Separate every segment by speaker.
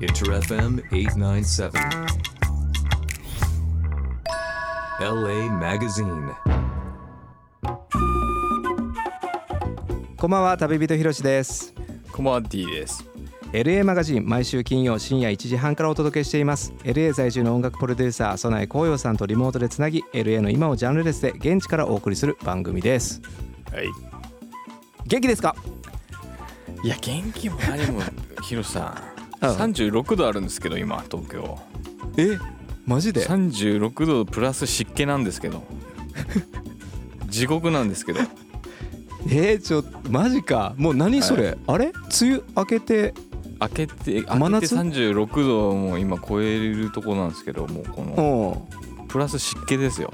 Speaker 1: Inter FM 897. LA Magazine.
Speaker 2: こんばんは旅人ひろしです
Speaker 3: コマンティです。
Speaker 2: LA マガジン毎週金曜深夜1時半からお届けしています LA 在住の音楽プロデューサー備江光陽さんとリモートでつなぎ LA の今をジャンルレスで現地からお送りする番組です
Speaker 3: はい。
Speaker 2: 元気ですか
Speaker 3: いや元気も何 もヒロさん。
Speaker 2: うん
Speaker 3: 三十六度あるんですけど今東京。
Speaker 2: えマジ
Speaker 3: 三十六度プラス湿気なんです けど。地獄なんですけど。
Speaker 2: えー、ちょマジかもう何それ、あれ梅雨明けて
Speaker 3: 開けて
Speaker 2: 真
Speaker 3: 開けて
Speaker 2: 夏
Speaker 3: 三十六度をもう今超えるとこなんですけど、もうこの
Speaker 2: う
Speaker 3: プラス湿気ですよ。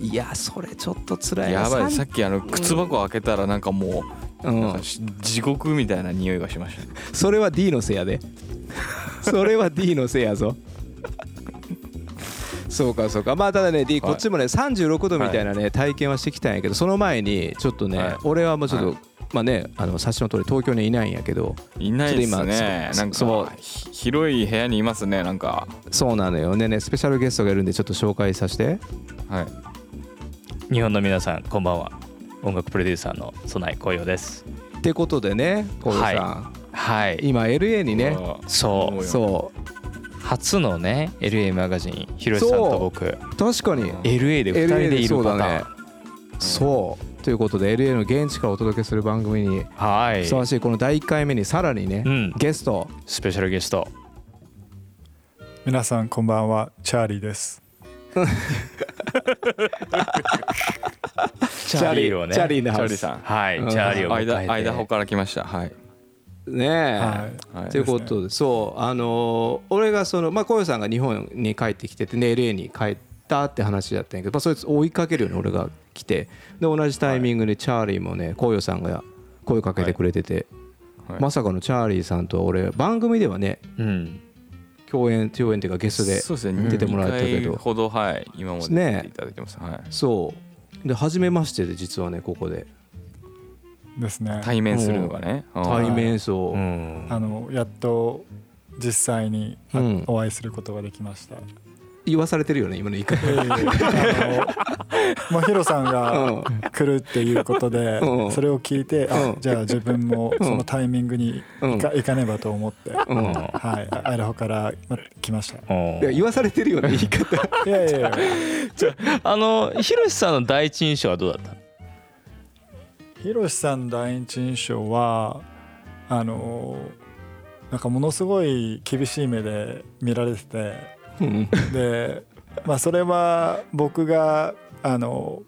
Speaker 2: んいやそれちょっと辛いな
Speaker 3: やばい。さ
Speaker 2: さ
Speaker 3: っきあの靴箱開けたらなんかも
Speaker 2: う
Speaker 3: うなんか
Speaker 2: ん、
Speaker 3: し地獄みたいな匂いがしました。
Speaker 2: それは D のせいやでそれは D のせいやぞそうかそうかまあただね D、
Speaker 3: はい
Speaker 2: こっちもね36度みたいなね、体験はしてきたんやけどその前にちょっとね、
Speaker 3: はい
Speaker 2: 俺はもうちょっと、
Speaker 3: はい
Speaker 2: まあねあの察しの通り東京にいないんやけど
Speaker 3: いないで
Speaker 2: ちょっ
Speaker 3: す
Speaker 2: と今
Speaker 3: ね。なん
Speaker 2: そう
Speaker 3: かひ広い部屋にいますね。なんか
Speaker 2: そうなのよねねスペシャルゲストがいるんでちょっと紹介させて
Speaker 3: はい。
Speaker 4: 日本の皆さんこんばんは音楽プロデューサーの備え紅葉です
Speaker 2: ってことでね小野さん、
Speaker 4: はい
Speaker 2: 今 LA にね
Speaker 4: そう
Speaker 3: そう
Speaker 2: そう
Speaker 4: 初のね LA マガジンひろしさんと僕
Speaker 2: 確かに
Speaker 4: LA で2人でいるパターン、
Speaker 2: そうということで LA の現地からお届けする番組に
Speaker 4: はい
Speaker 2: ふさわしいこの第1回目にさらにね、
Speaker 4: うん
Speaker 2: ゲスト
Speaker 4: スペシャルゲスト
Speaker 5: 皆さんこんばんはチャーリーです
Speaker 4: チャーリーをね
Speaker 2: チャーリーのハウ
Speaker 3: チャーリ
Speaker 2: ス
Speaker 3: ーさん
Speaker 4: はい
Speaker 2: うん
Speaker 4: チャーリーを迎えて
Speaker 3: 間間ほから来ましたはい、
Speaker 2: ねえ、
Speaker 5: はい
Speaker 3: はい
Speaker 2: ということでそうあのー俺がそのまあこうさんが日本に帰ってきててね LA に帰ったって話だったんやけど、まあ、そいつ追いかけるように俺が来てで同じタイミングでチャーリーもねこうさんが声かけてくれてて、
Speaker 3: はい
Speaker 2: まさかのチャーリーさんと俺番組ではね
Speaker 4: うん
Speaker 2: 共演共演っていうかゲストで
Speaker 3: そうですね
Speaker 2: 出てもらったけど
Speaker 3: 2回ほどはい今まで
Speaker 2: ね
Speaker 3: 出ていただいてます、はい、
Speaker 2: そうで初めましてで実はねここで
Speaker 5: ですね
Speaker 3: 対面するのがねは
Speaker 2: 対面そう、
Speaker 4: うん
Speaker 5: あのやっと実際にあ
Speaker 2: うん
Speaker 5: お会いすることができました、
Speaker 2: 言わされてるよね今の言い方
Speaker 5: ええあのまあヒロさ
Speaker 2: う
Speaker 5: ん
Speaker 2: ん
Speaker 5: が来るっていうことで
Speaker 2: うん
Speaker 5: それを聞いてあ
Speaker 2: うん
Speaker 5: じゃあ自分もそのタイミングに
Speaker 2: うん
Speaker 5: 行か行かねばと思って
Speaker 2: うんい
Speaker 5: はいアイラホからま来ました
Speaker 2: や言わされてるよね言い方
Speaker 5: いやいやいや
Speaker 4: あのひろしさんの第一印象はどうだっ
Speaker 5: ヒロシさんの第一印象はあのなんかものすごい厳しい目で見られてて
Speaker 2: うん
Speaker 5: で、まあ、それは僕があの、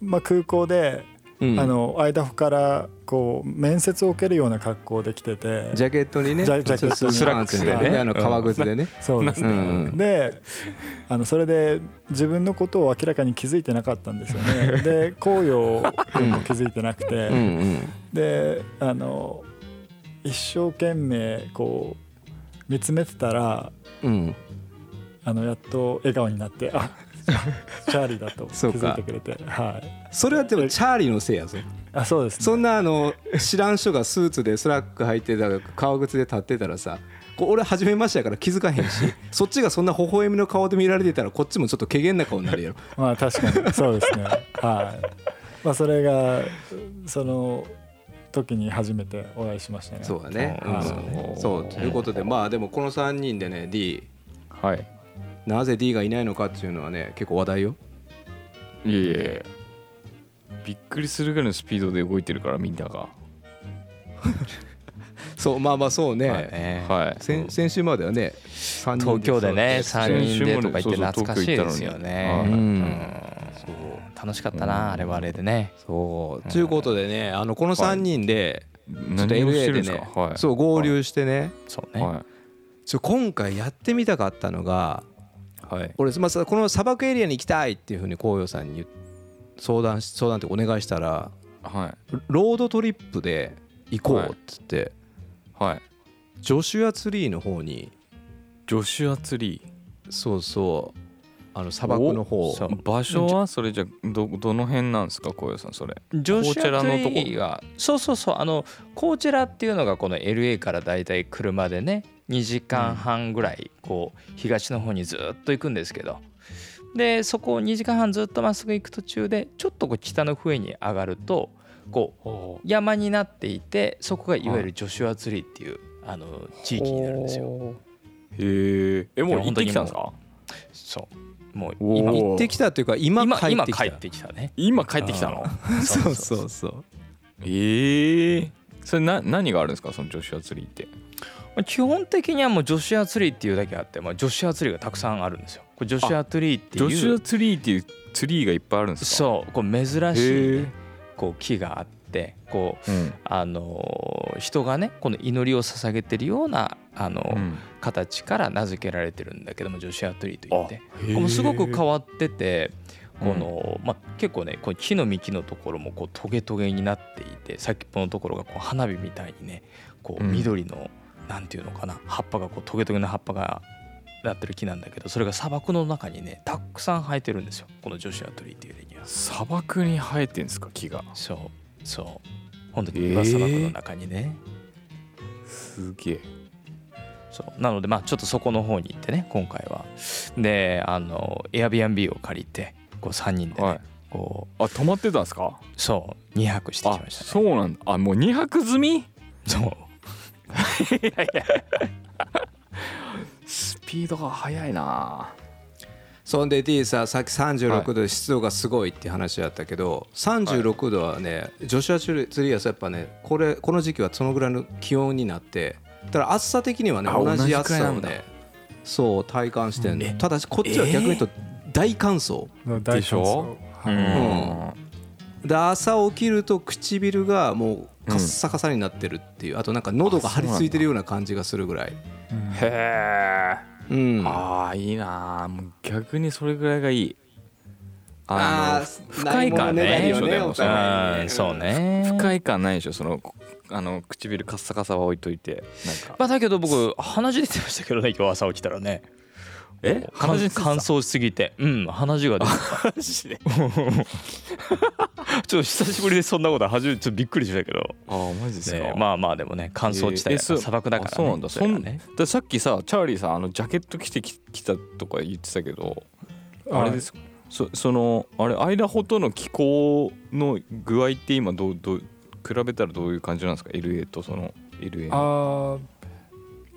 Speaker 5: まあ、空港で、
Speaker 2: うん
Speaker 5: あのアイダホからこう面接を受けるような格好で来てて
Speaker 2: ジャケットにね
Speaker 5: ジャジャケット
Speaker 2: ちょっと
Speaker 5: スラックスでね
Speaker 2: あの革靴でね
Speaker 5: そうですね、
Speaker 2: うん
Speaker 5: であのそれで自分のことを明らかに気づいてなかったんですよ ねで紅葉にも気づいてなくて、
Speaker 2: うんうん
Speaker 5: であの一生懸命こう見つめてたら
Speaker 2: うん
Speaker 5: あのやっと笑顔になって あチャーリーだと気
Speaker 2: そうか
Speaker 5: づいてくれてはい
Speaker 2: それはでもチャーリーのせいやぞ
Speaker 5: あそうですね
Speaker 2: そんなあの知らん人がスーツでスラック履いてたら革靴で立ってたらさこう俺初めましてやから気づかへんしそっちがそんな微笑みの顔で見られてたらこっちもちょっと怪げな顔になるやろ
Speaker 5: まあ確かにそうですねはいまあそれがその時に初めてお会いしましたね
Speaker 2: そうだね
Speaker 4: うん
Speaker 2: うんそうということでまあでもこの3人でね D
Speaker 3: はい
Speaker 2: なぜ D がいないのかっていうのはね結構話題よ
Speaker 3: いえいえびっくりするぐらいのスピードで動いてるからみんなが
Speaker 2: そうまあまあそうね、
Speaker 3: はい
Speaker 2: 先先週まではね3人
Speaker 4: 東京でね
Speaker 2: そう
Speaker 4: 3人でとか言って懐かしいです
Speaker 3: 先週
Speaker 4: よ
Speaker 3: もねそうそう東京行ったのにはい
Speaker 4: ねうん楽しかったなあれはあれでね
Speaker 2: そうということでねあのこの3人で、ちょっと
Speaker 3: 何をして
Speaker 2: LA
Speaker 3: るん
Speaker 2: で
Speaker 3: です
Speaker 2: ね
Speaker 3: かはい
Speaker 2: そう合流してね
Speaker 4: そ
Speaker 3: は
Speaker 4: う
Speaker 3: い
Speaker 4: ね
Speaker 3: は
Speaker 2: ちょ今回やってみたかったのが
Speaker 3: いはい
Speaker 2: 俺、まあ、さこの砂漠エリアに行きたいっていうふうに紅葉さんに言う相談し相談ってお願いしたら
Speaker 3: はい
Speaker 2: ロードトリップで行こうっつって、
Speaker 3: はい
Speaker 2: ジョシュアツリーの方に
Speaker 3: ジョシュアツリ
Speaker 2: そうそうあの砂漠の方
Speaker 4: そう
Speaker 3: 場所はそれじゃどどの辺なんですか小籔さんそれ
Speaker 4: ジ
Speaker 3: こ
Speaker 4: ョシ
Speaker 3: ちら
Speaker 4: ュア
Speaker 3: の
Speaker 4: ト
Speaker 3: とこ
Speaker 4: リーがそうそうそうあのコーチェラっていうのがこの LA からだいたい車でね2時間半ぐらいこう東の方にずっと行くんですけどでそこを2時間半ずっとまっすぐ行く途中でちょっとこう北の笛に上がるとこう山になっていてそこがいわゆるジョシュアツリーっていうあの地域になるんですよ。
Speaker 3: へええもう
Speaker 4: いや
Speaker 3: 行ってきたんですか
Speaker 4: そうもう今
Speaker 3: お
Speaker 2: 行
Speaker 3: ー
Speaker 2: ってきたというか今
Speaker 4: 今
Speaker 2: 帰っ
Speaker 4: 今
Speaker 2: てき
Speaker 4: 帰
Speaker 2: た
Speaker 4: ってきたね。
Speaker 3: 今帰ってきたの
Speaker 2: そうそうそう
Speaker 3: ええそれな何があるんですかその女子アツリーって
Speaker 4: 基本的にはもう女子アツリーっていうだけあって、まあ、女子アツリーがたくさんあるんですよ。これ女子アツリーって
Speaker 3: 女子
Speaker 4: い
Speaker 3: ア
Speaker 4: う
Speaker 3: ツリーっていうツリーがいっぱいあるんですか
Speaker 4: そうこう珍しい
Speaker 3: へ
Speaker 4: ねこう木があってこう、
Speaker 3: えうん
Speaker 4: あのー人がねこの祈りを捧げてるような、あのー
Speaker 3: うん
Speaker 4: 形から名付けられてるんだけども女子アツリーといって
Speaker 3: へえ
Speaker 4: こうすごく変わってて。
Speaker 3: うん
Speaker 4: このまあ、結構ねこう木の幹のところもこうトゲトゲになっていて先っぽのところがこう花火みたいにねこう
Speaker 3: うん
Speaker 4: 緑の、なんていうのかな葉っぱがこうトゲトゲの葉っぱがなってる木なんだけどそれが砂漠の中にねたくさん生えてるんですよこのジョシュアトリーっていうレニは。
Speaker 3: 砂漠に生えてんですか木が
Speaker 4: そうそう本当に岩砂漠の中にね、
Speaker 3: すげえ
Speaker 4: そうなのでまあちょっとそこの方に行ってね今回はであの Airbnb を借りてこう3人で、ね
Speaker 3: はい
Speaker 4: こ
Speaker 3: あ泊まってたんですか
Speaker 4: うそう2泊してき
Speaker 3: あ
Speaker 4: ましたね
Speaker 3: そうなんだあもう2泊済み
Speaker 4: そう
Speaker 3: スピードが速いな
Speaker 2: そんで D ささっき36度で湿度がすごいって話だったけど、36度はねジョシュアツリーはやっぱねこれこの時期はそのぐらいの気温になってただ暑さ的にはね
Speaker 3: あ
Speaker 2: 同じ
Speaker 3: 同じく
Speaker 2: 暑
Speaker 3: らい
Speaker 2: さ
Speaker 3: な
Speaker 2: を
Speaker 3: んだ
Speaker 2: ねそう体感してんのただしこっちは逆に言うと大乾燥、
Speaker 5: の大
Speaker 3: でしょ
Speaker 5: 乾燥
Speaker 3: う
Speaker 5: はい
Speaker 3: ん
Speaker 2: で朝起きると唇がもうカッサカサになってるっていう、あとなんか喉が張り付いてるような感じがするぐらい
Speaker 5: うん
Speaker 3: へえ
Speaker 2: うん
Speaker 3: ああいいなあもう逆にそれぐらいがいい
Speaker 2: あ
Speaker 3: あ
Speaker 2: ー
Speaker 3: の不快感
Speaker 2: ない
Speaker 3: ない
Speaker 2: も
Speaker 3: で
Speaker 2: の
Speaker 3: しょ
Speaker 2: ねだ
Speaker 3: で
Speaker 2: よねお互い
Speaker 3: も
Speaker 4: あーそうね
Speaker 3: 不快感ないでしょそのあの唇カッサカサは置いといてなんか
Speaker 4: まあだけど僕鼻血出てましたけどね今日朝起きたらね
Speaker 3: え
Speaker 4: 乾乾燥しすぎてうん鼻血が出てた ちょっと久しぶりでそんなこと初めてちょっとびっくりしたけど
Speaker 3: あーマジですか、
Speaker 4: ねまあまあでもね乾燥地帯
Speaker 3: えーえ
Speaker 4: だか
Speaker 3: そ
Speaker 4: ら
Speaker 3: う
Speaker 4: 砂漠だから、ね、
Speaker 3: あそうなんだ
Speaker 4: れが
Speaker 3: そん
Speaker 4: ね
Speaker 3: ださっきさチャーリーさんあのジャケット着てききたとか言ってたけどあれですかそそのあれアイダホとの気候の具合って今どうどう比べたらどういう感じなんですか LA とその LA の
Speaker 5: あー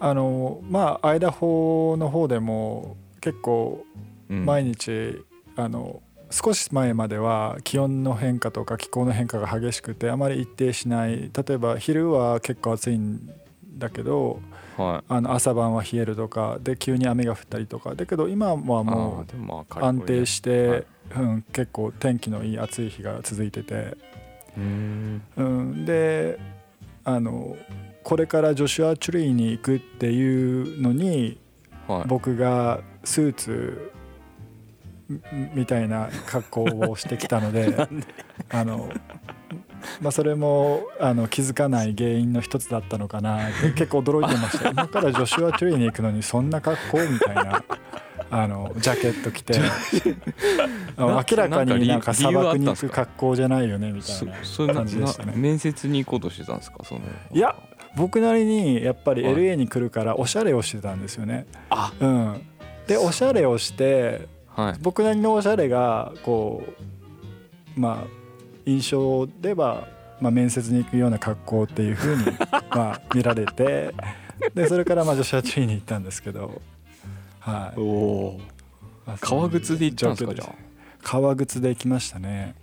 Speaker 5: あのまあアイダホの方でも結構
Speaker 3: うん
Speaker 5: 毎日、あの少し前までは気温の変化とか気候の変化が激しくてあまり一定しない例えば昼は結構暑いんだけど
Speaker 3: はい
Speaker 5: あの朝晩は冷えるとかで急に雨が降ったりとかだけど今はも
Speaker 3: あーでもまあ
Speaker 5: う
Speaker 3: カリフォル
Speaker 5: 安
Speaker 3: ニア
Speaker 5: 定して、
Speaker 3: はい
Speaker 5: うん、結構天気のいい暑い日が続いてて。
Speaker 3: うーん
Speaker 5: うん、であのこれからジョシュア・チュリーに行くっていうのに
Speaker 3: はい
Speaker 5: 僕がスーツみみたいな格好をしてきたの であの、まあ、それもあの気づかない原因の一つだったのかなって結構驚いてました 今からジョシュア・チュリーに行くのにそんな格好みたいな。あのジャケット着てあの明らかになんか砂漠に行く格好じゃないよねみたい
Speaker 3: そ
Speaker 5: な
Speaker 3: それな
Speaker 5: 感じでしたね
Speaker 3: な面接に行こうとしてたんですかその
Speaker 5: いや僕なりにやっぱり
Speaker 3: はい
Speaker 5: LA に来るからおしゃれをしてたんですよね。
Speaker 3: あ
Speaker 5: うん、でおしゃれをして
Speaker 3: はい
Speaker 5: 僕なりのおしゃれがこうまあ印象では、まあ、面接に行くような格好っていう 風にまあ見られてでそれからまあ女子アチュリーに行ったんですけど、は
Speaker 3: お
Speaker 5: い
Speaker 3: お
Speaker 5: まあ、
Speaker 3: 革靴で行ったんです
Speaker 5: そうい
Speaker 3: かじ
Speaker 5: う状況
Speaker 3: ゃ
Speaker 5: す革靴で行きましたね。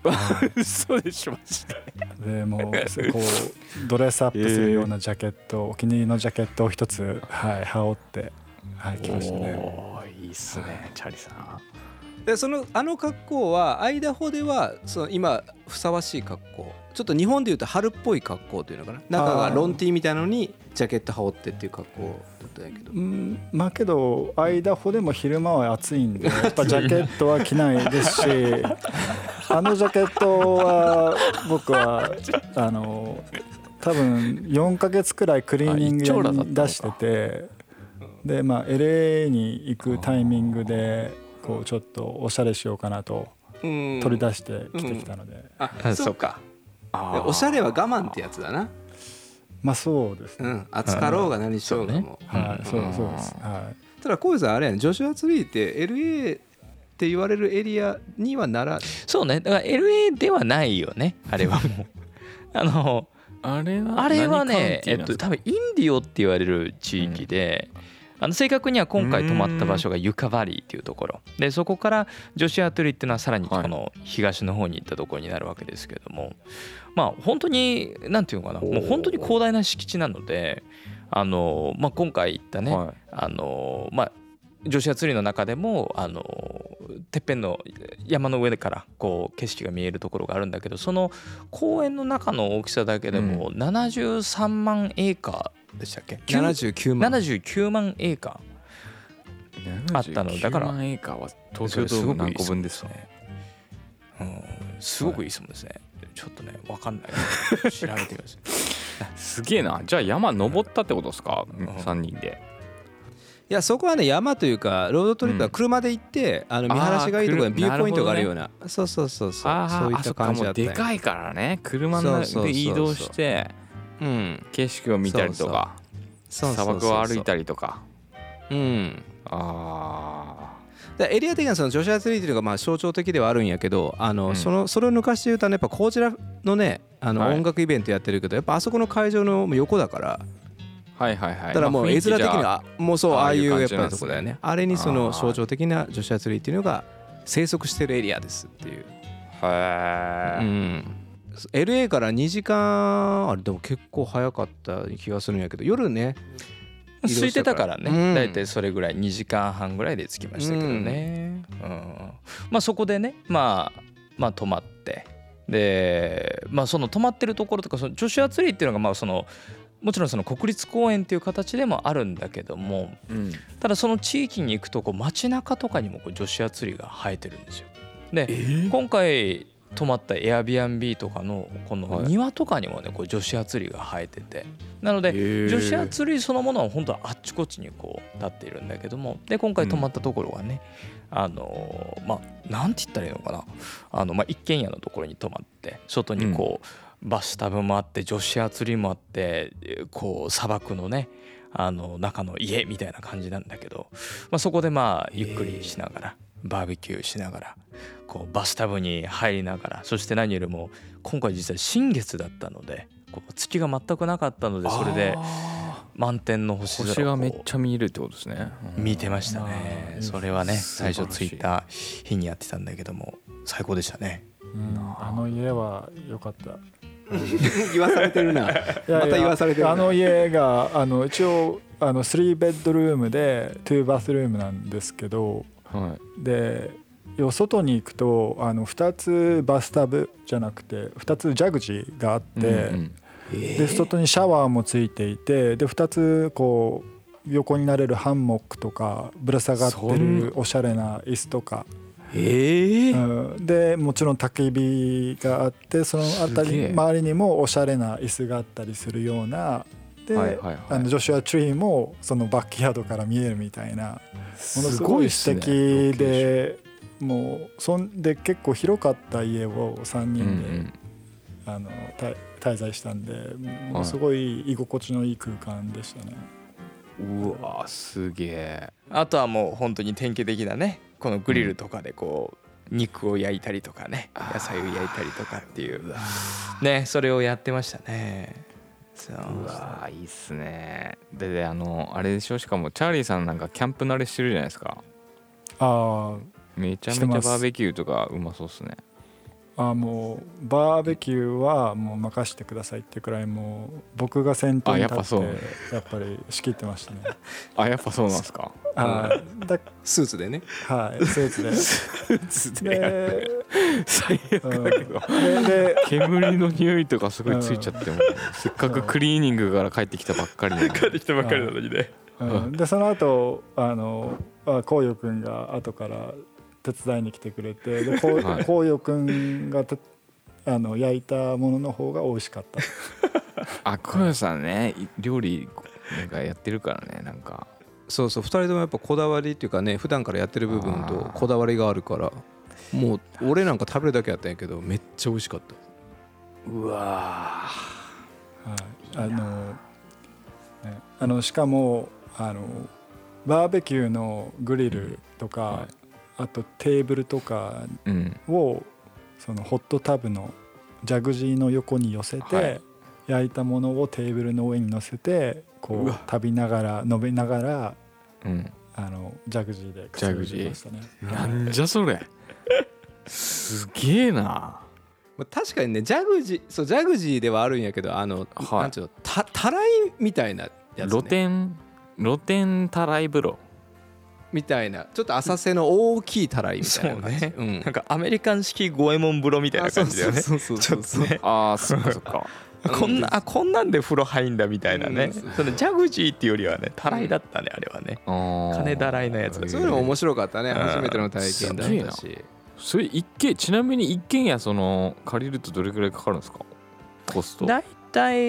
Speaker 3: 嘘でしょマジで
Speaker 5: でもうこう ドレスアップするようなジャケット、お気に入りのジャケットを一つ、はい、羽織って、はい、来ましたね。
Speaker 3: おーいいっすねチャーリーさん
Speaker 2: でそのあの格好はアイダホではその今ふさわしい格好ちょっと日本でいうと春っぽい格好というのかな中がロンティーみたいなのにジャケット羽織ってっていう格好だったんやけど
Speaker 5: うんまあけど間ほでも昼間は暑いんでやっぱジャケットは着な いですしあのジャケットは僕はあの多分4ヶ月くらいクリーニング屋に出しててでまあ LA に行くタイミングでこうちょっとおしゃれしようかなと
Speaker 2: うん
Speaker 5: 取り出してきてきたので、
Speaker 2: あ そうか
Speaker 3: あー
Speaker 2: おしゃれは我慢ってやつだな
Speaker 5: まあそうですね、
Speaker 2: うん暑かろうが何しようがもう、
Speaker 5: はいそうそうですは
Speaker 2: ただこういうさんあれやねジョシュアツリーって LA って言われるエリアにはなら
Speaker 4: そうねだから LA ではないよねあれは もうあの
Speaker 3: あれは
Speaker 4: あれはね
Speaker 3: 何、カウ
Speaker 4: え
Speaker 3: ンティーなんで
Speaker 4: っと、
Speaker 3: すか
Speaker 4: 多分インディオって言われる地域で、あの正確には今回泊まった場所がユカバリーっていうところでそこからジョシュアトゥリーっていうのはさらにこの東の方に行ったところになるわけですけれども、まあ本当に何ていうのかなもう本当に広大な敷地なのであの、まあ、今回行ったね、
Speaker 3: はい
Speaker 4: あのまあ女子アツリーの中でもあのてっぺんの山の上からこう景色が見えるところがあるんだけどその公園の中の大きさだけでも73万エーカーでしたっけ、
Speaker 2: 79
Speaker 4: 79万エーカあったのだか
Speaker 3: 79
Speaker 4: ら
Speaker 3: 万エーカーは東京ドーム何個分ですね
Speaker 4: ー、うん、すごくいい質問ですね、ちょっとね分かんないけ ど調べてください
Speaker 3: すげえなじゃあ山登ったってことですか、
Speaker 4: ん
Speaker 3: 三人で
Speaker 2: いやそこはね山というかロードトリップは車で行って、あの見晴らしがいいところに
Speaker 3: あー
Speaker 2: ビューポイントがあるようなそうそうそうそう
Speaker 3: あ
Speaker 2: そうい
Speaker 3: ーあ
Speaker 2: った
Speaker 3: そっか
Speaker 2: 感じ
Speaker 3: も
Speaker 2: だ
Speaker 3: う
Speaker 2: ったん
Speaker 3: で
Speaker 2: や
Speaker 3: かいからね車の
Speaker 2: そうそうそうそう
Speaker 3: で移動して
Speaker 2: うん
Speaker 3: 景色を見たりとか
Speaker 2: そうそう
Speaker 3: 砂
Speaker 2: そう
Speaker 3: 漠を歩いたりとか
Speaker 2: うん
Speaker 3: あ
Speaker 2: だからエリア的にはその女子アスリートというかまあ象徴的ではあるんやけどあの、
Speaker 3: うん
Speaker 2: そのそれを抜かして言うとねやっぱこちらのねあの
Speaker 3: はい
Speaker 2: 音楽イベントやってるけど、やっぱあそこの会場の横だから
Speaker 3: あはいはいは
Speaker 2: だ
Speaker 3: い
Speaker 2: からもう
Speaker 3: まあ
Speaker 2: 絵
Speaker 3: 雰
Speaker 2: 面的に
Speaker 3: 囲気じゃ
Speaker 2: はあもうそう
Speaker 3: あ
Speaker 2: あ
Speaker 3: あ
Speaker 2: あい
Speaker 3: いうう
Speaker 2: やっ
Speaker 3: 感じ
Speaker 2: ぱり
Speaker 3: なん
Speaker 2: と
Speaker 3: です
Speaker 2: こ
Speaker 3: ね
Speaker 2: だよねあれにその
Speaker 3: あー
Speaker 2: 象徴的な女子アスリートっていうのが生息してるエリアですっていう
Speaker 3: へえ、
Speaker 2: LA から2時間あれでも結構早かった気がするんやけど夜 ね移動
Speaker 4: 空い
Speaker 2: して
Speaker 4: て
Speaker 2: た
Speaker 4: た
Speaker 2: か
Speaker 4: からら
Speaker 2: うん
Speaker 4: ね大体、それぐらい2時間半ぐらいで着きましたけどね、うんまあそこでね、まあ、まあ泊まってで、まあ、その泊まってるところとかその女子アツリーっていうのがまあそのもちろんその国立公園っていう形でもあるんだけども
Speaker 3: うん、
Speaker 4: ただその地域に行くとこう街中とかにもこう女子アツリーが生えてるんですよ。で、今回泊まったエアビアンビーとかのこの庭とかにもねこう女子アツリーが生えててなので女子アツリーそのものは本当はあっちこっちにこう立っているんだけどもで今回泊まったところがね、あのーまあなんて言ったらいいのかなあの、まあ、一軒家のところに泊まって外にこう、バスタブもあって女子アツリーもあってえーこう砂漠のねあの中の家みたいな感じなんだけど、まあ、そこでまあゆっくりしながら、バーベキューしながらこうバスタブに入りながらそして何よりも今回実は新月だったのでこう月が全くなかったのでそれで満天の星
Speaker 3: 星
Speaker 4: 空
Speaker 3: が
Speaker 4: を
Speaker 3: めっ
Speaker 4: こ
Speaker 3: ちゃ見えるってことですね、
Speaker 4: う見てましたねそれはね
Speaker 3: 素晴
Speaker 4: 最
Speaker 3: らしい
Speaker 4: 初着いた日にやってたんだけども最高でしたね
Speaker 5: い、うんあの家は良かった
Speaker 2: 言わされてるなまた言わされてるな
Speaker 5: あの家があの一応あの3ベッドルームで2バスルームなんですけど
Speaker 3: はい、
Speaker 5: でよ外に行くとあの2つバスタブじゃなくて2つジャグジーがあって、
Speaker 3: うん
Speaker 5: で外にシャワーもついていてで2つこう横になれるハンモックとかぶら下がってるおしゃれな椅子とか、
Speaker 3: ええ
Speaker 5: うん、でもちろん焚き火があってその辺
Speaker 3: すげ
Speaker 5: り
Speaker 3: え
Speaker 5: 周りにもおしゃれな椅子があったりするようなで、
Speaker 3: はいはいはい
Speaker 5: あのジョシュア・チュイもそのバックヤードから見えるみたいなものすごい素敵で。もうそんで結構広かった家を3
Speaker 3: うんう
Speaker 5: 人で
Speaker 3: ん
Speaker 5: あの滞滞在したんでものすごい居心地のいい空間でしたね、
Speaker 3: うわすげえ
Speaker 4: あとはもう本当に典型的なねこのグリルとかでこう肉を焼いたりとかね野菜を焼いたりとかっていうねそれをやってましたねそう
Speaker 3: うわいいっすねでであのあれでしょしかもチャーリーさんなんかキャンプ慣れしてるじゃないですか
Speaker 5: あ
Speaker 3: めちゃめち
Speaker 5: して
Speaker 3: ゃ
Speaker 5: ま
Speaker 3: バ
Speaker 5: す
Speaker 3: ーベキューとかうまそうっすね
Speaker 5: ーあーもうバーベキューはもう任せてくださいってくらいもう僕が先頭に
Speaker 3: あや
Speaker 5: 立
Speaker 3: っぱ
Speaker 5: って
Speaker 3: そう
Speaker 5: やっぱり仕切ってましたね
Speaker 3: あやっぱそうなんですか
Speaker 5: あーだ
Speaker 2: スーツでね
Speaker 5: はいスー ツでで
Speaker 3: 最悪だけど
Speaker 5: うんでで
Speaker 3: 煙の匂いとかすごいついちゃってもせっかくクリーニングから帰ってきたばっかりなのに
Speaker 4: できたば
Speaker 5: っかりな
Speaker 4: のにね
Speaker 5: うんでその後あのあこうよくんが後から手伝いに来てくれてでこう,、
Speaker 3: はい
Speaker 5: こうよくんがてあの焼いたものの方が美味しかった
Speaker 3: あこよさんねい料理なんかやってるからねなんか
Speaker 2: そうそう2人ともやっぱこだわりっていうかね普段からやってる部分とこだわりがあるからもう俺なんか食べるだけやったんやけどめっちゃ美味しかった
Speaker 4: うわ
Speaker 5: あの、ね、あのしかもあのバーベキューのグリルとか、
Speaker 3: はい
Speaker 5: あとテーブルとか
Speaker 3: うん
Speaker 5: をそのホットタブのジャグジーの横に寄せて、
Speaker 3: はい
Speaker 5: 焼いたものをテーブルの上に乗せてこ
Speaker 3: う
Speaker 5: う
Speaker 3: わ
Speaker 5: 食べながら飲みながら
Speaker 3: うん
Speaker 5: あのジャグジーでくつろいでましたね。
Speaker 3: なんじゃそれすげえな
Speaker 2: まあ確かにねジャグジーそうジャグジーではあるんやけどあの、
Speaker 3: はい
Speaker 2: なんちゅうのたたらいみたいなやつ、ね、
Speaker 3: 露天露天たらい風呂
Speaker 2: みたいなちょっと浅瀬の大きいたらいみ
Speaker 4: そ
Speaker 2: たいな
Speaker 4: う
Speaker 2: 感じ
Speaker 4: ね、
Speaker 2: うん
Speaker 4: なんかアメリカン式五右衛門風呂みたいな感じだよね
Speaker 2: そうそうそうそう
Speaker 4: ちょっとね
Speaker 3: ああそっかそっ か
Speaker 4: こんなあこんなんで風呂入んだみたいなね、そのジャグジーっていうよりはねたらいだったねあれはね金
Speaker 3: 金
Speaker 4: だらいのやつだ
Speaker 2: そういうのも面白かったね
Speaker 4: うん
Speaker 2: 初めての体験だったし
Speaker 3: それ一軒ちなみに一軒家その借りるとどれくらいかかるんですかコスト
Speaker 4: 大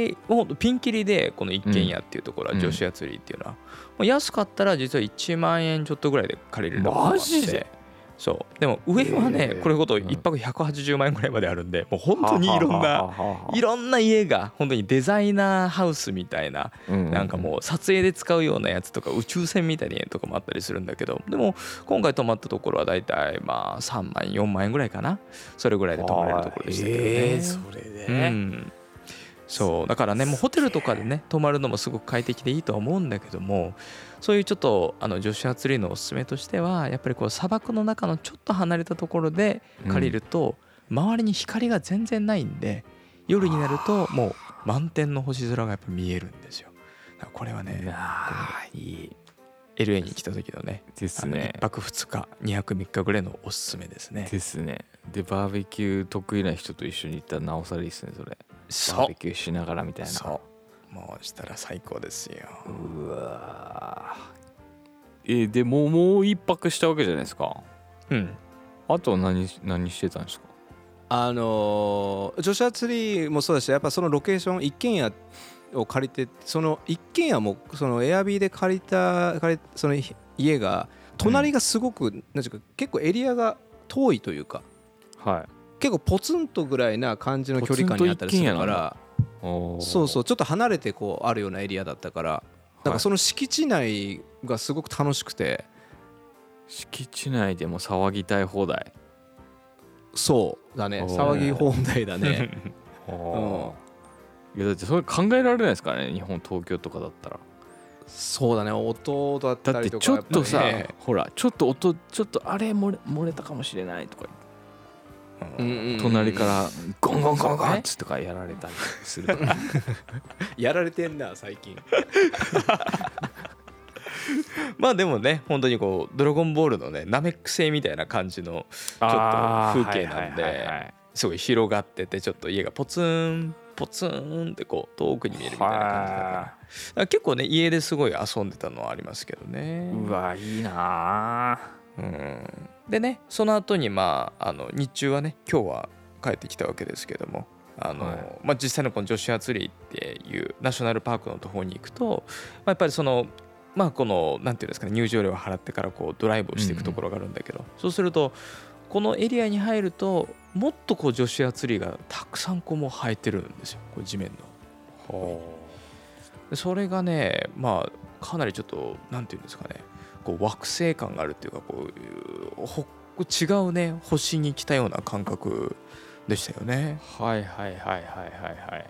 Speaker 4: 体もうピンキリでこの一軒家っていうところは
Speaker 3: うん
Speaker 4: 女子や釣りっていうのは、もう安かったら実は1万円ちょっとぐらいで借りれる
Speaker 3: マジで
Speaker 4: そうでも上はね、これほど
Speaker 3: ん
Speaker 4: 1泊180万円ぐらいまであるんでもう本当にいろん
Speaker 3: はあ
Speaker 4: な
Speaker 3: はあはあはあ
Speaker 4: いろんな家が本当にデザイナーハウスみたいな
Speaker 3: うう
Speaker 4: なんかもう撮影で使うようなやつとか宇宙船みたいなやつとかもあったりするんだけどでも今回泊まったところはだいたいまあ3万4万円ぐらいかなそれぐらいで泊まれるところでしたけどね、
Speaker 3: れで
Speaker 4: うん、そうだからねもうホテルとかでね泊まるのもすごく快適でいいとは思うんだけどもそういうちょっとあの女子祭りのおすすめとしてはやっぱりこう砂漠の中のちょっと離れたところで借りると、周りに光が全然ないんで夜になるともう満天の星空がやっぱ見えるんですよ。だからこれはね
Speaker 3: あーいい
Speaker 4: LA に来た時のね
Speaker 3: です
Speaker 4: あの
Speaker 3: ね
Speaker 4: 1泊2日2泊3日ぐらいのおすすめですね。
Speaker 3: ですねでバーベキュー得意な人と一緒に行ったらなおさらいいですねそれバ
Speaker 4: そ
Speaker 3: ーベキューしながらみた
Speaker 4: う
Speaker 3: いな
Speaker 4: そうもうしたら最高ですよ。
Speaker 3: うわーえーでもうもう一泊したわけじゃないですか
Speaker 4: うん
Speaker 3: あとは何何してたんですか
Speaker 2: あのー女子アツリーもそうだしやっぱそのロケーション一軒家を借りてその一軒家もそのエアビーで借りた借りその家が隣がすごく、なんていうか結構エリアが遠いというか
Speaker 3: は
Speaker 2: 結構ポツンとぐらいな感じの距離感にあったりする
Speaker 3: ポツンと一軒
Speaker 2: か
Speaker 3: 家な
Speaker 2: ら
Speaker 3: いお
Speaker 2: そうそううちょっと離れてこうあるようなエリアだったからなん
Speaker 3: は
Speaker 2: か
Speaker 3: い
Speaker 2: その敷地内がすごく楽しくて
Speaker 3: 敷地内でも騒ぎたい放題
Speaker 2: そうだね
Speaker 3: おー
Speaker 2: 騒ぎ放題だね
Speaker 3: あーいやだってそれ考えられないですからね日本東京とかだったら
Speaker 2: そうだね音だった
Speaker 3: だっ
Speaker 2: りと
Speaker 3: て
Speaker 2: か
Speaker 3: ちょっとさ、
Speaker 2: やぱね
Speaker 3: ほらちょっと音ちょっとあれ漏れ漏れたかもしれないとか
Speaker 2: うんうんうん
Speaker 3: 隣からゴンゴンゴンゴン
Speaker 4: そう
Speaker 3: っ
Speaker 4: ね
Speaker 3: つとかやられたりするとか
Speaker 2: やられてんな最近
Speaker 4: まあでもね本当にこう「ドラゴンボール」のねナメック星みたいな感じのちょっと風景なん
Speaker 3: はいはいはいは
Speaker 4: で
Speaker 3: い
Speaker 4: すごい広がっててちょっと家がポツンポツンってこう遠くに見えるみたいな感じだからだ
Speaker 3: は
Speaker 4: から結構ね家ですごい遊んでたのはありますけどね
Speaker 3: い。うわいいなあ
Speaker 4: うんでねその後にまああの日中はね今日は帰ってきたわけですけどもあの、
Speaker 3: はい
Speaker 4: まあ、実際のこの女子アツリーっていうナショナルパークのところに行くと、まあ、やっぱりその。まあこのなんていうんですかね入場料を払ってからこうドライブをしていくところがあるんだけど、そうするとこのエリアに入るともっとこう女子アツリーがたくさんこうもう生えてるんですよこう地面のでそれがねまあかなりちょっとなんていうんですかねこう惑星感があるっていうかこうほ違うね星に来たような感覚でしたよね。
Speaker 3: はいはいはいはいはいはい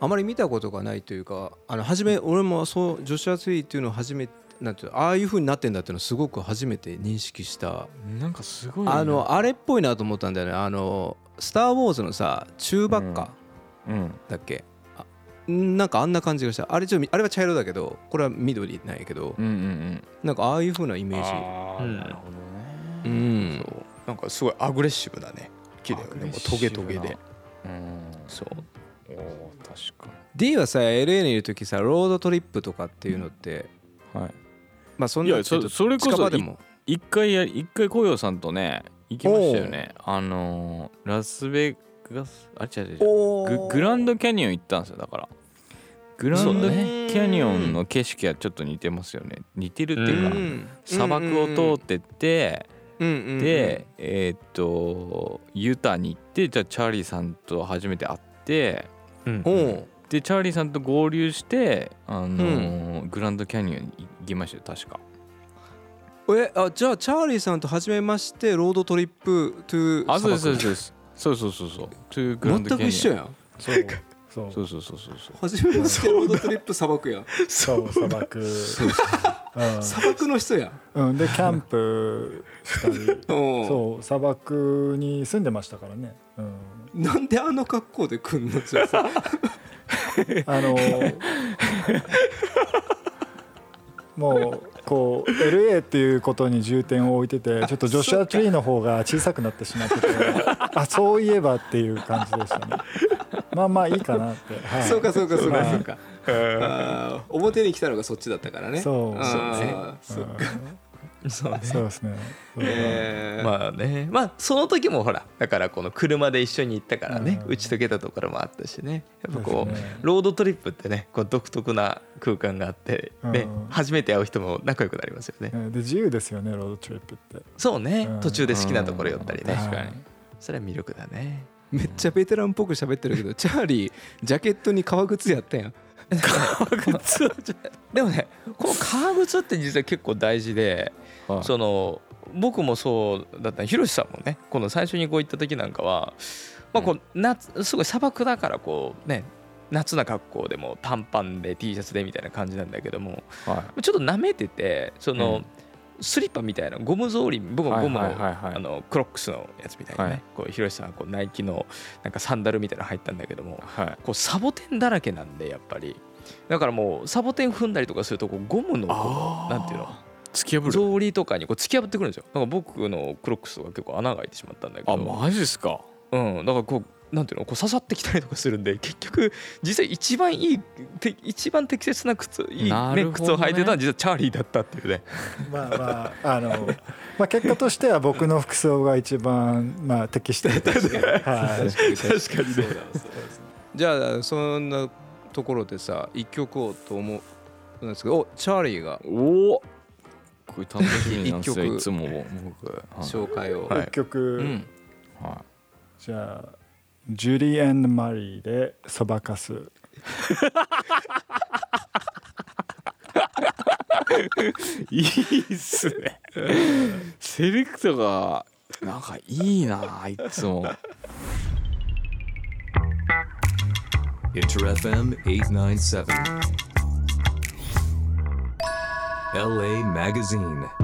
Speaker 2: あまり見たことがないというかあの初め俺もそう女子アツリーっていうのを初めてなんていうのああいう風になってんだっていうのをすごく初めて認識した
Speaker 3: なんかすごい
Speaker 2: あのあれっぽいなと思ったんだよねあの「スター・ウォーズ」のさ中ばっか
Speaker 3: うん
Speaker 2: だっけ、あなんかあんな感じがしたあれちょっとあれは茶色だけどこれは緑なんやけど
Speaker 3: うんうんうん
Speaker 2: なんかああいう風なイメー
Speaker 3: あ
Speaker 4: うん
Speaker 3: ーなるほど
Speaker 2: ジう
Speaker 3: ね
Speaker 4: そ
Speaker 2: ん
Speaker 4: うなんかすごいアグレッシブだね木だよねもうトゲトゲで
Speaker 3: うん
Speaker 4: そう
Speaker 3: おー確
Speaker 2: D はさ LA にいる時さロードトリップとかっていうのって、
Speaker 3: かにはい
Speaker 2: まあそん
Speaker 3: い
Speaker 2: な
Speaker 3: やそそれこそ
Speaker 2: 近場でも
Speaker 3: 一回や一回紅葉さんとね行きましたよねあのーラスベガスあ違う違う違うググランドキャニオン行ったんですよだからグラン
Speaker 4: そ
Speaker 3: ド
Speaker 4: うだ
Speaker 3: キ
Speaker 4: ね
Speaker 3: ャニオンの景色はちょっと似てますよね似てるっていうか、
Speaker 4: うん
Speaker 3: 砂漠を通ってって、
Speaker 2: て
Speaker 3: で、えーっとユタに行ってじゃあチャーリーさんと初めて会って
Speaker 4: うん
Speaker 2: おう
Speaker 3: でチャーリーさんと合流して、あのーグランドキャニオンに行きましたよ確か
Speaker 2: えあじゃあチャーリーさんと初めましてロードトリップトゥ
Speaker 3: あそうです
Speaker 2: 砂
Speaker 3: そう
Speaker 2: 漠
Speaker 3: ですそうですそうそうそうそうトゥーグランド
Speaker 2: 全く
Speaker 3: キャニオン
Speaker 2: 一緒やん
Speaker 5: そうそ う
Speaker 3: そうそうそうそうそう
Speaker 2: 初めましてロードトリップ砂漠やん
Speaker 5: そう砂漠
Speaker 2: 砂漠の人やん
Speaker 5: うん、うん、でキャンプした り
Speaker 2: おう
Speaker 5: そう砂漠に住んでましたからね、うん、
Speaker 2: なんであの格好で来んのじゃあさ
Speaker 5: あのもうこう LA っていうことに重点を置いててちょっとジョシュア・トリーの方が小さくなってしまっててあそういえばっていう感じでしたねまあまあいいかなって、はい、
Speaker 2: そうかそうかそうか
Speaker 5: はい
Speaker 2: そうかあー表に来たのがそっちだったからね
Speaker 5: そう
Speaker 2: あー
Speaker 5: そ
Speaker 2: そう
Speaker 4: そ
Speaker 5: う
Speaker 4: うね
Speaker 5: そうですねそう
Speaker 2: えー
Speaker 4: まあねまあその時もほらだからこの車で一緒に行ったからね
Speaker 5: うん
Speaker 4: 打ち解けたところもあったしねやっぱこう
Speaker 5: そうですね
Speaker 4: ロードトリップってねこう独特な空間があってね
Speaker 5: うん
Speaker 4: 初めて会う人も仲良くなりますよね
Speaker 5: うんで自由ですよねロードトリップって
Speaker 4: そうね
Speaker 5: うん
Speaker 4: 途中で好きなところ寄ったりね
Speaker 5: 確かに
Speaker 4: それは魅力だね
Speaker 2: めっちゃベテランっぽく喋ってるけどチャーリージャケットに革靴やったやん
Speaker 4: でもねこの革靴って実は結構大事で
Speaker 3: はい
Speaker 4: その僕もそうだったひろしさんもねこの最初にこう行った時なんかは、まあ、こう夏すごい砂漠だからこうね夏な格好でも短パンで T シャツでみたいな感じなんだけども
Speaker 3: はい
Speaker 4: ちょっと舐めててそうの、
Speaker 3: ん
Speaker 4: スリッパみたいなゴム草履僕もゴムの,、
Speaker 3: はいはいはいはい
Speaker 4: あのクロックスのやつみたいなね、
Speaker 3: はい
Speaker 4: こうひろしさんはこうナイキのなんかサンダルみたいなの入ったんだけども
Speaker 3: はい
Speaker 4: こうサボテンだらけなんでやっぱりだからもうサボテン踏んだりとかするとこうゴムのこうなんていうの
Speaker 3: 突き破
Speaker 4: 草履とかにこう突き破ってくるんですよなんか僕のクロックスが結構穴が開いてしまったんだけど
Speaker 3: あマジですか
Speaker 4: うん、だからこうなんていうのこう刺さってきたりとかするんで結局実際一番いいて一番適切な靴いい、
Speaker 3: な
Speaker 4: ね
Speaker 3: るほどね
Speaker 4: 靴を履いてたのは実はチャーリーだったっていうね
Speaker 5: まあま ああの、まあ、結果としては僕の服装が一番、まあ、適してたし、はい、
Speaker 4: 確かにね
Speaker 2: じゃあそんなところでさ一曲をと思うんですけどおチャーリーが
Speaker 3: おおこれ楽しみなんですよ
Speaker 2: 一曲
Speaker 3: いつも僕 はい
Speaker 2: 紹介を、
Speaker 3: はい
Speaker 5: 一曲、
Speaker 2: うん、
Speaker 3: は
Speaker 5: じゃあジュリーマリーでそばかす
Speaker 3: いいいっすねセレクトがなんかいいなあいつも
Speaker 1: Inter FM 897. LA Magazine.